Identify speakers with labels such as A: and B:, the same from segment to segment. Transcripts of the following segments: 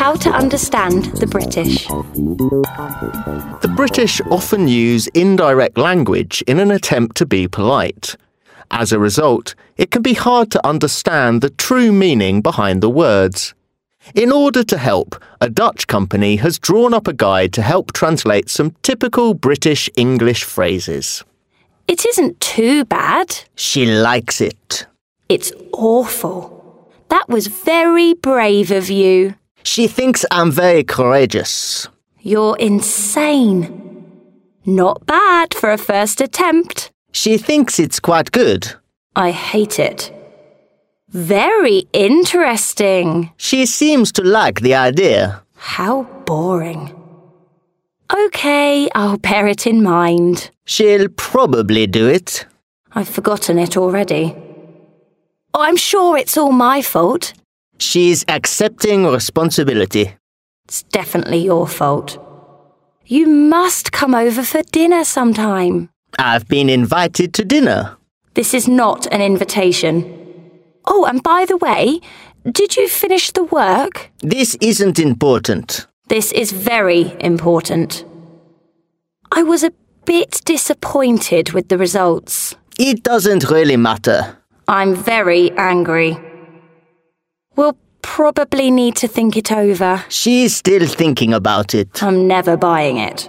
A: How to understand the British.
B: The British often use indirect language in an attempt to be polite. As a result, it can be hard to understand the true meaning behind the words. In order to help, a Dutch company has drawn up a guide to help translate some typical British English phrases.
A: It isn't too bad.
C: She likes it.
A: It's awful. That was very brave of you.
C: She thinks I'm very courageous.
A: You're insane. Not bad for a first attempt.
C: She thinks it's quite good.
A: I hate it. Very interesting.
C: She seems to like the idea.
A: How boring. OK, I'll bear it in mind.
C: She'll probably do it.
A: I've forgotten it already. Oh, I'm sure it's all my fault.
C: She's accepting responsibility.
A: It's definitely your fault. You must come over for dinner sometime.
C: I've been invited to dinner.
A: This is not an invitation. Oh, and by the way, did you finish the work?
C: This isn't important.
A: This is very important. I was a bit disappointed with the results.
C: It doesn't really matter.
A: I'm very angry. We'll probably need to think it over.
C: She's still thinking about it.
A: I'm never buying it.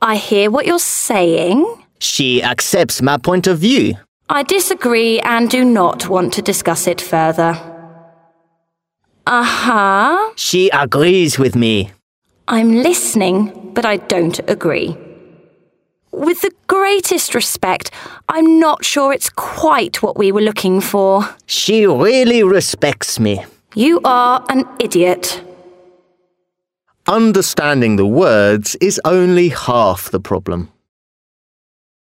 A: I hear what you're saying.
C: She accepts my point of view.
A: I disagree and do not want to discuss it further. Uh huh.
C: She agrees with me.
A: I'm listening, but I don't agree. With the greatest respect, I'm not sure it's quite what we were looking for.
C: She really respects me.
A: You are an idiot.
B: Understanding the words is only half the problem.